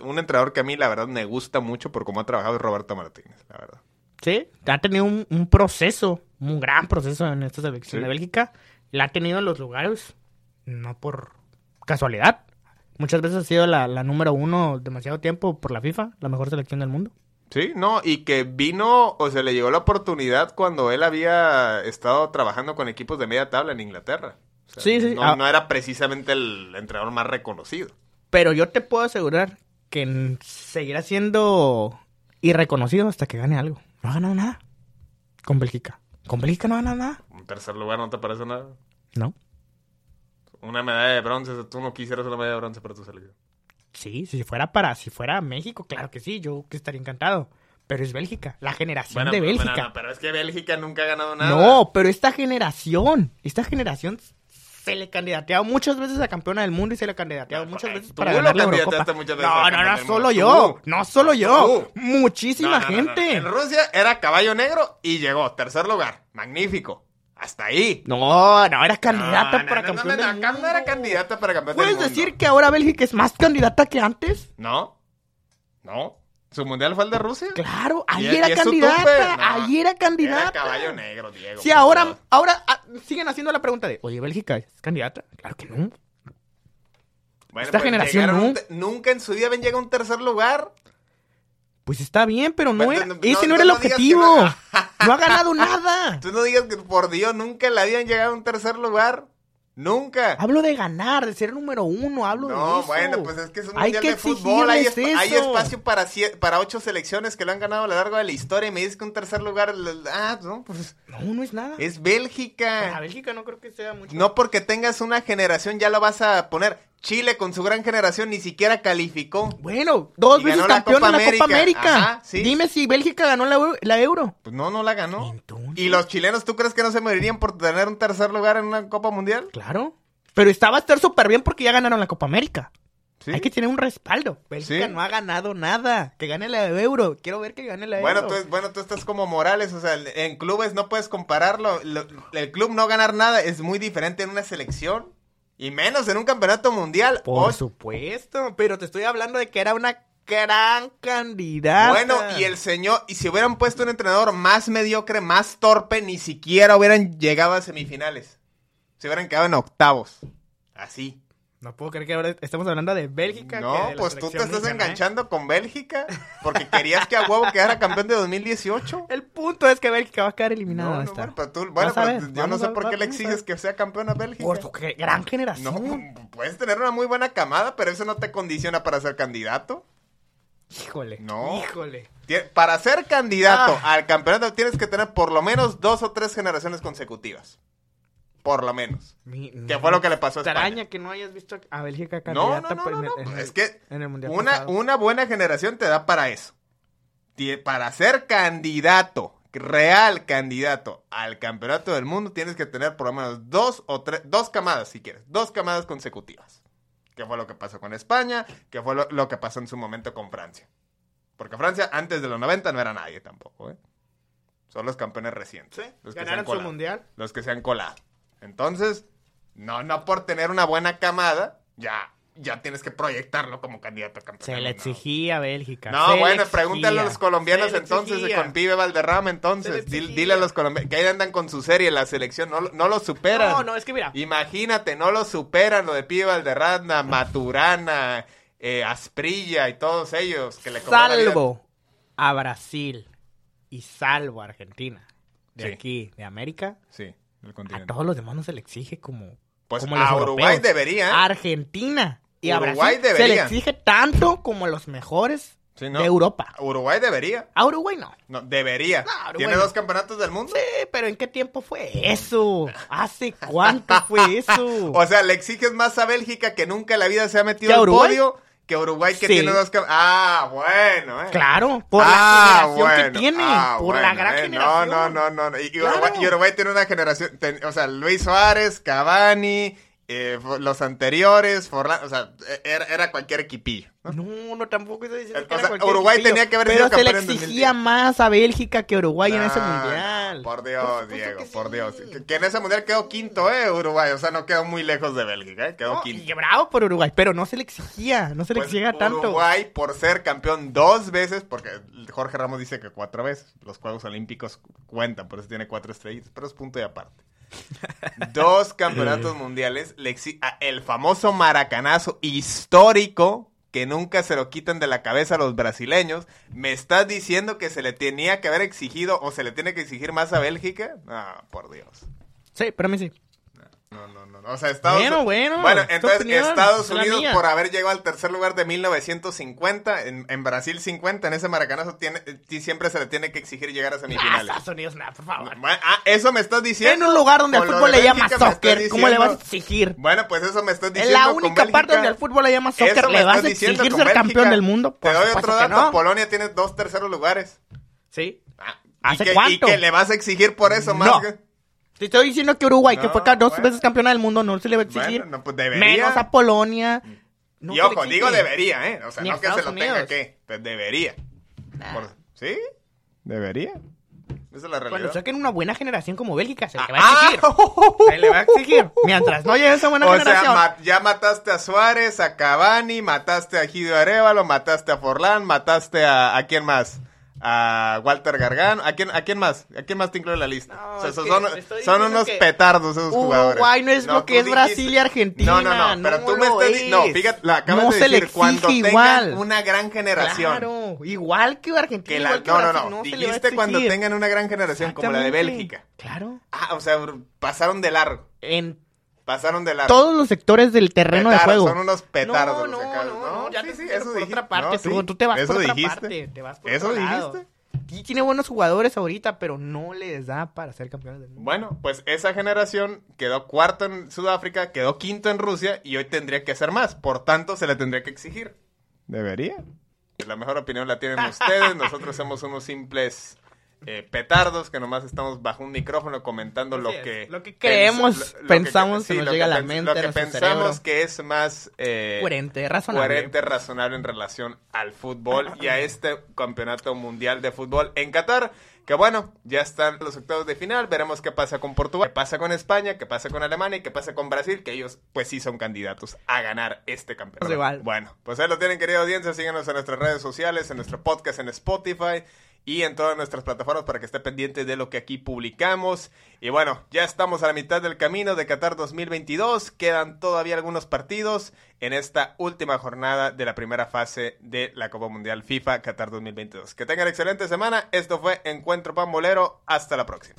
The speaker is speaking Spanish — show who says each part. Speaker 1: un entrenador que a mí, la verdad, me gusta mucho por cómo ha trabajado es Roberto Martínez, la verdad.
Speaker 2: Sí, ha tenido un, un proceso, un gran proceso en esta selección
Speaker 1: Sí.
Speaker 2: de Bélgica. La ha tenido en los lugares, no por casualidad. Muchas veces ha sido la, la número uno demasiado tiempo por la FIFA, la mejor selección del mundo.
Speaker 1: Sí, no, y que vino o se le llegó la oportunidad cuando él había estado trabajando con equipos de media tabla en Inglaterra. O sea,
Speaker 2: Sí, sí,
Speaker 1: No,
Speaker 2: ah.
Speaker 1: no era precisamente el entrenador más reconocido.
Speaker 2: Pero yo te puedo asegurar que n- seguirá siendo irreconocido hasta que gane algo. No ha ganado nada con Bélgica. Con Bélgica no ha ganado nada.
Speaker 1: Un tercer lugar no te parece nada.
Speaker 2: No.
Speaker 1: Una medalla de bronce, tú no quisieras una medalla de bronce para tu selección.
Speaker 2: Sí, si fuera para, si fuera México, claro que sí, yo que estaría encantado. Pero es Bélgica, la generación
Speaker 1: Bueno,
Speaker 2: de
Speaker 1: pero-
Speaker 2: Bélgica.
Speaker 1: bueno, no, pero es que Bélgica nunca ha ganado nada.
Speaker 2: No, pero esta generación, esta generación se le candidateaba muchas veces a campeona del mundo y se le candidateaba
Speaker 1: Bueno,
Speaker 2: muchas
Speaker 1: pues,
Speaker 2: veces
Speaker 1: tú
Speaker 2: para
Speaker 1: lo
Speaker 2: ganar la
Speaker 1: candidataste
Speaker 2: Eurocopa.
Speaker 1: muchas veces
Speaker 2: No,
Speaker 1: a
Speaker 2: no,
Speaker 1: campeona
Speaker 2: no,
Speaker 1: del
Speaker 2: solo
Speaker 1: mundo.
Speaker 2: yo,
Speaker 1: Tú.
Speaker 2: no solo yo,
Speaker 1: Tú. No,
Speaker 2: muchísima
Speaker 1: no, no, no.
Speaker 2: gente.
Speaker 1: En Rusia era caballo negro y llegó tercer lugar. Magnífico. Hasta ahí.
Speaker 2: No, no, era candidata
Speaker 1: No, no,
Speaker 2: para
Speaker 1: no,
Speaker 2: campeón
Speaker 1: no, no,
Speaker 2: del
Speaker 1: acá
Speaker 2: mundo.
Speaker 1: no era candidata para campeón del
Speaker 2: ¿Puedes
Speaker 1: mundo.
Speaker 2: decir que ahora Bélgica es más candidata que antes?
Speaker 1: No. No. ¿Su mundial fue el de Rusia?
Speaker 2: Claro,
Speaker 1: ¿Y-
Speaker 2: ahí
Speaker 1: y
Speaker 2: era
Speaker 1: es su
Speaker 2: candidata,
Speaker 1: tupe? No,
Speaker 2: ahí era candidata.
Speaker 1: Era caballo negro, Diego.
Speaker 2: Si
Speaker 1: por
Speaker 2: ahora,
Speaker 1: Dios.
Speaker 2: ahora ah, siguen haciendo la pregunta de, oye, Bélgica es candidata. Claro que no.
Speaker 1: Bueno, pues,
Speaker 2: esta generación
Speaker 1: llegaron
Speaker 2: no.
Speaker 1: un te- Nunca en su vida habían llegado a un tercer lugar.
Speaker 2: Pues está bien, pero no
Speaker 1: Pero
Speaker 2: era,
Speaker 1: no- no-
Speaker 2: ese no,
Speaker 1: no-
Speaker 2: era el
Speaker 1: no digas que
Speaker 2: objetivo.
Speaker 1: no-
Speaker 2: No, ha ganado nada.
Speaker 1: Tú no digas que por Dios nunca le habían llegado a un tercer lugar. Nunca.
Speaker 2: Hablo de ganar, de ser número uno, hablo de
Speaker 1: no,
Speaker 2: eso.
Speaker 1: bueno, pues es que es un
Speaker 2: Hay
Speaker 1: mundial
Speaker 2: que
Speaker 1: de fútbol. Hay,
Speaker 2: exigirles
Speaker 1: esp- hay
Speaker 2: eso.
Speaker 1: espacio para, cie- para ocho selecciones que lo han ganado a lo largo de la historia. Y me dices que un tercer lugar. l- Ah, no, pues
Speaker 2: No, no es nada.
Speaker 1: es
Speaker 2: Para
Speaker 1: Bélgica.
Speaker 2: Bélgica no creo que sea mucho.
Speaker 1: No porque tengas una generación ya lo vas a poner. Chile con su gran generación ni siquiera calificó.
Speaker 2: Bueno, dos
Speaker 1: Y
Speaker 2: veces
Speaker 1: ganó la
Speaker 2: campeón
Speaker 1: Copa
Speaker 2: de la Copa
Speaker 1: América.
Speaker 2: América.
Speaker 1: Ajá, sí.
Speaker 2: Dime si Bélgica ganó la, eu- la Euro.
Speaker 1: Pues no, no la ganó.
Speaker 2: Entonces.
Speaker 1: ¿Y los chilenos tú crees que no se morirían por tener un tercer lugar en una Copa Mundial?
Speaker 2: Claro. Pero estaba a estar súper bien porque ya ganaron la Copa América.
Speaker 1: Sí.
Speaker 2: Hay que tener un respaldo. Bélgica
Speaker 1: Sí.
Speaker 2: no ha ganado nada. Que gane la Euro. Quiero ver que gane la
Speaker 1: Bueno
Speaker 2: Euro.
Speaker 1: tú, bueno, tú estás como Morales, o sea, en clubes no puedes compararlo. Lo- el club no ganar nada es muy diferente en una selección y menos en un campeonato mundial.
Speaker 2: Por
Speaker 1: Hoy-
Speaker 2: supuesto, pero te estoy hablando de que era una gran candidata.
Speaker 1: bueno, y el señor, y si hubieran puesto un entrenador más mediocre, más torpe, ni siquiera hubieran llegado a semifinales. Se hubieran quedado en octavos. Así.
Speaker 2: No puedo creer que ahora estamos hablando de Bélgica. que
Speaker 1: No,
Speaker 2: de la
Speaker 1: pues tú te
Speaker 2: selección
Speaker 1: estás
Speaker 2: mexicana, ¿eh?
Speaker 1: enganchando con Bélgica porque querías que a huevo quedara campeón de 2018.
Speaker 2: El punto es que Bélgica va a quedar eliminada.
Speaker 1: No,
Speaker 2: va a
Speaker 1: no,
Speaker 2: estar.
Speaker 1: bueno, pero tú- bueno,
Speaker 2: Vas a
Speaker 1: pero
Speaker 2: ver,
Speaker 1: yo no
Speaker 2: vamos
Speaker 1: sé
Speaker 2: a-
Speaker 1: por qué le
Speaker 2: vamos a
Speaker 1: exiges
Speaker 2: ver.
Speaker 1: que sea campeona Bélgica.
Speaker 2: Por su que- gran
Speaker 1: No,
Speaker 2: generación.
Speaker 1: puedes tener una muy buena camada, pero eso no te condiciona para ser candidato.
Speaker 2: Híjole.
Speaker 1: No.
Speaker 2: Híjole.
Speaker 1: Tie- Para ser candidato
Speaker 2: Ah.
Speaker 1: al campeonato tienes que tener por lo menos dos o tres generaciones consecutivas. Por lo menos.
Speaker 2: Mi-
Speaker 1: Que
Speaker 2: no,
Speaker 1: fue lo que le pasó a España.
Speaker 2: Extraña que no hayas visto a Bélgica
Speaker 1: No, no,
Speaker 2: candidata.
Speaker 1: no,
Speaker 2: pues,
Speaker 1: no,
Speaker 2: en el-
Speaker 1: no,
Speaker 2: en el-
Speaker 1: Es que
Speaker 2: en el mundial
Speaker 1: una,
Speaker 2: pasado.
Speaker 1: una buena generación te da para eso. Tie- Para ser candidato, real candidato al campeonato del mundo, tienes que tener por lo menos dos o tres, dos camadas si quieres, dos camadas consecutivas. Que fue lo que pasó con España, que fue lo, lo que pasó en su momento con Francia. Porque Francia antes de los 90 no era nadie tampoco, ¿eh? Son los campeones recientes.
Speaker 2: Sí,
Speaker 1: los que se han
Speaker 2: Ganaron su
Speaker 1: colado
Speaker 2: mundial.
Speaker 1: los que se han colado. Entonces, no, no por tener una buena camada, ya, ya tienes que proyectarlo como candidato a campeón.
Speaker 2: Se
Speaker 1: del
Speaker 2: le
Speaker 1: mundo.
Speaker 2: exigía a Bélgica. se
Speaker 1: No,
Speaker 2: le
Speaker 1: bueno,
Speaker 2: exigía.
Speaker 1: pregúntale a los colombianos
Speaker 2: Se le
Speaker 1: entonces,
Speaker 2: exigía.
Speaker 1: con Pibe Valderrama entonces,
Speaker 2: Se le
Speaker 1: Dil-
Speaker 2: exigía.
Speaker 1: dile a los colombianos, que ahí andan con su serie, la selección, no, lo- no lo superan.
Speaker 2: No, no, es que mira.
Speaker 1: Imagínate, no lo superan lo de Pibe Valderrama, Maturana, eh, Asprilla y todos ellos que le cobraron la vida.
Speaker 2: salvo a Brasil y salvo a Argentina de
Speaker 1: Sí.
Speaker 2: aquí, de América,
Speaker 1: Sí, el
Speaker 2: a
Speaker 1: continente.
Speaker 2: todos los demás Ah, no se le exige como,
Speaker 1: Pues
Speaker 2: como
Speaker 1: a Uruguay
Speaker 2: europeos. Ah,
Speaker 1: debería. ¿eh?
Speaker 2: A Argentina y a
Speaker 1: Uruguay
Speaker 2: Brasil se le
Speaker 1: debería.
Speaker 2: exige tanto como a los mejores
Speaker 1: Sí, ¿no?
Speaker 2: de Europa.
Speaker 1: Uruguay debería.
Speaker 2: A Uruguay no.
Speaker 1: No, debería.
Speaker 2: Claro,
Speaker 1: ¿Tiene
Speaker 2: bueno.
Speaker 1: dos campeonatos del mundo?
Speaker 2: Sí, pero ¿en qué tiempo fue eso? ¿Hace cuánto fue eso?
Speaker 1: O sea, le exiges más a Bélgica que nunca en la vida se ha metido
Speaker 2: ¿Que a
Speaker 1: al
Speaker 2: Uruguay?
Speaker 1: podio que a Uruguay que
Speaker 2: Sí.
Speaker 1: tiene dos campeonatos. Ah, bueno, eh.
Speaker 2: claro, por
Speaker 1: Ah,
Speaker 2: la generación que
Speaker 1: bueno.
Speaker 2: tiene,
Speaker 1: Ah,
Speaker 2: por la
Speaker 1: bueno,
Speaker 2: gran
Speaker 1: eh.
Speaker 2: generación.
Speaker 1: No, no, no, no. Y, y
Speaker 2: Claro.
Speaker 1: Uruguay, y Uruguay tiene una generación, ten- o sea, Luis Suárez, Cavani, eh, fo- los anteriores, Forlán, o sea, eh, era, era cualquier equipillo. ¿no?
Speaker 2: No, no, tampoco estoy diciendo
Speaker 1: O
Speaker 2: que era
Speaker 1: sea,
Speaker 2: cualquier
Speaker 1: Uruguay
Speaker 2: equipillo,
Speaker 1: tenía que haber
Speaker 2: Pero
Speaker 1: sido
Speaker 2: se le
Speaker 1: campeón en
Speaker 2: exigía
Speaker 1: 2010.
Speaker 2: más a Bélgica que a Uruguay en ese
Speaker 1: No,
Speaker 2: mundial. mundial.
Speaker 1: Ah, Por
Speaker 2: Por
Speaker 1: Dios,
Speaker 2: supuesto
Speaker 1: Diego,
Speaker 2: que
Speaker 1: por
Speaker 2: sí.
Speaker 1: Dios. Que, que en ese mundial quedó quinto, ¿eh? Uruguay. O sea, no quedó muy lejos de Bélgica, ¿eh? Quedó
Speaker 2: No,
Speaker 1: quinto.
Speaker 2: y bravo por Uruguay, pero no se le exigía, no se le
Speaker 1: Pues,
Speaker 2: exigía tanto.
Speaker 1: Uruguay por ser campeón dos veces, porque Jorge Ramos dice que cuatro veces. Los Juegos Olímpicos cuentan, por eso tiene cuatro estrellitas, pero es punto y aparte. dos campeonatos mundiales, le exi- a- el famoso maracanazo histórico que nunca se lo quitan de la cabeza a los brasileños. ¿Me estás diciendo que se le tenía que haber exigido o se le tiene que exigir más a Bélgica? Ah, por Dios.
Speaker 2: Sí, pero a mí sí.
Speaker 1: No, no, no. no. O sea, Estados
Speaker 2: Bueno, bueno, es tu
Speaker 1: entonces
Speaker 2: opinión,
Speaker 1: Estados
Speaker 2: es la
Speaker 1: Unidos
Speaker 2: mía.
Speaker 1: por haber llegado al tercer lugar de 1950, en, en Brasil 50, en ese maracanazo tiene, eh, siempre se le tiene que exigir llegar a
Speaker 2: Ah,
Speaker 1: semifinales.
Speaker 2: Estados Unidos, nada, por favor.
Speaker 1: Bueno, ah, eso me estás
Speaker 2: En
Speaker 1: diciendo.
Speaker 2: un lugar donde al
Speaker 1: Con lo
Speaker 2: fútbol
Speaker 1: de
Speaker 2: le llama
Speaker 1: Bélgica me estás
Speaker 2: soccer, ¿cómo le vas a
Speaker 1: diciendo-
Speaker 2: exigir?
Speaker 1: Bueno, pues eso me estás
Speaker 2: En
Speaker 1: diciendo.
Speaker 2: la
Speaker 1: con
Speaker 2: única parte
Speaker 1: Bélgica.
Speaker 2: donde al fútbol le llama
Speaker 1: Eso
Speaker 2: soccer,
Speaker 1: me
Speaker 2: le
Speaker 1: estás
Speaker 2: vas a
Speaker 1: diciendo
Speaker 2: exigir
Speaker 1: con
Speaker 2: ser campeón
Speaker 1: Bélgica.
Speaker 2: del mundo. Por
Speaker 1: Te doy otro
Speaker 2: supuesto que
Speaker 1: dato.
Speaker 2: no.
Speaker 1: Polonia tiene dos terceros lugares.
Speaker 2: Sí.
Speaker 1: Ah,
Speaker 2: ¿Hace
Speaker 1: ¿y qué, ¿Y
Speaker 2: cuánto?
Speaker 1: qué le vas a exigir por eso más?
Speaker 2: No.
Speaker 1: que-
Speaker 2: Te estoy diciendo que Uruguay, que
Speaker 1: No,
Speaker 2: fue ca- dos
Speaker 1: bueno.
Speaker 2: veces campeona del mundo, no se le va a exigir.
Speaker 1: Bueno, no, pues debería. Mm.
Speaker 2: Menos a Polonia. No
Speaker 1: y
Speaker 2: se le
Speaker 1: ojo,
Speaker 2: exige.
Speaker 1: digo debería, ¿eh? O sea,
Speaker 2: Ni a
Speaker 1: no que se
Speaker 2: Estados
Speaker 1: lo tenga
Speaker 2: Unidos.
Speaker 1: que. pues debería. Por- ¿Sí? Debería. Esa es la
Speaker 2: Cuando
Speaker 1: realidad.
Speaker 2: saquen una buena generación como Bélgica, se le va a
Speaker 1: Ah,
Speaker 2: exigir. Se le va a exigir. Mientras no llegue esa buena
Speaker 1: o sea,
Speaker 2: generación.
Speaker 1: ma- ya mataste a Suárez, a Cavani, mataste a Gidio Arevalo, mataste a Forlán, mataste a... ¿A quién más? A Walter Gargano. ¿A quién, a quién más? ¿A quién más te incluye en la lista?
Speaker 2: No,
Speaker 1: O sea,
Speaker 2: es
Speaker 1: esos
Speaker 2: que
Speaker 1: son,
Speaker 2: te estoy
Speaker 1: son
Speaker 2: diciendo
Speaker 1: unos
Speaker 2: que
Speaker 1: petardos esos jugadores.
Speaker 2: Uruguay no es lo
Speaker 1: tú
Speaker 2: que es Brasil y Argentina.
Speaker 1: No, no, no. Pero tú me
Speaker 2: lo
Speaker 1: estás... di- No,
Speaker 2: es.
Speaker 1: fíjate, la acabas
Speaker 2: No
Speaker 1: de
Speaker 2: se le
Speaker 1: decir. Cuando
Speaker 2: exige
Speaker 1: tengan
Speaker 2: igual.
Speaker 1: una gran generación.
Speaker 2: Claro, igual que Argentina.
Speaker 1: Que la-
Speaker 2: igual que
Speaker 1: no, no,
Speaker 2: Brasil,
Speaker 1: no,
Speaker 2: se le va a
Speaker 1: Dijiste cuando
Speaker 2: exigir.
Speaker 1: tengan una gran generación como la de
Speaker 2: Exactamente.
Speaker 1: Bélgica.
Speaker 2: Claro.
Speaker 1: Ah, o sea, br- pasaron de largo.
Speaker 2: En
Speaker 1: Pasaron de largo.
Speaker 2: todos los sectores del terreno
Speaker 1: Petardos,
Speaker 2: de juego.
Speaker 1: Son unos petardos. los
Speaker 2: no, no,
Speaker 1: que
Speaker 2: no,
Speaker 1: acabas-
Speaker 2: no, ya
Speaker 1: sí,
Speaker 2: te
Speaker 1: sí,
Speaker 2: entiendo
Speaker 1: eso
Speaker 2: por
Speaker 1: dije-
Speaker 2: otra parte.
Speaker 1: no,
Speaker 2: tú,
Speaker 1: sí,
Speaker 2: tú te vas
Speaker 1: eso
Speaker 2: por otra
Speaker 1: dijiste.
Speaker 2: parte. Te vas por
Speaker 1: Eso
Speaker 2: otro lado.
Speaker 1: dijiste.
Speaker 2: Y tiene buenos jugadores ahorita, pero no les da para ser campeones del mundo.
Speaker 1: Bueno, pues esa generación quedó cuarto en Sudáfrica, quedó quinto en Rusia y hoy tendría que hacer más. Por tanto, se le tendría que exigir. Debería. La mejor opinión la tienen ustedes. Nosotros somos unos simples eh, petardos que nomás estamos bajo un micrófono comentando lo
Speaker 2: Así es,
Speaker 1: que...
Speaker 2: lo que
Speaker 1: pens-
Speaker 2: creemos,
Speaker 1: lo- lo
Speaker 2: pensamos, se nos
Speaker 1: lo
Speaker 2: llega a la
Speaker 1: pens-
Speaker 2: mente,
Speaker 1: Lo
Speaker 2: a
Speaker 1: que
Speaker 2: nuestro
Speaker 1: pensamos
Speaker 2: cerebro.
Speaker 1: que es más... eh,
Speaker 2: Coherente, razonable.
Speaker 1: coherente, razonable en relación al fútbol y a este campeonato mundial de fútbol en Qatar. Que bueno, ya están los octavos de final, veremos qué pasa con Portugal, qué pasa con España, qué pasa con Alemania y qué pasa con Brasil, que ellos pues sí son candidatos a ganar este campeonato.
Speaker 2: Pues igual.
Speaker 1: Bueno, pues ahí lo tienen querida audiencia, síganos en nuestras redes sociales, en nuestro podcast en Spotify y en todas nuestras plataformas para que esté pendiente de lo que aquí publicamos. Y bueno, ya estamos a la mitad del camino de Qatar 2022. Quedan todavía algunos partidos en esta última jornada de la primera fase de la Copa Mundial FIFA Qatar 2022. Que tengan excelente semana. Esto fue Encuentro Pambolero. Hasta la próxima.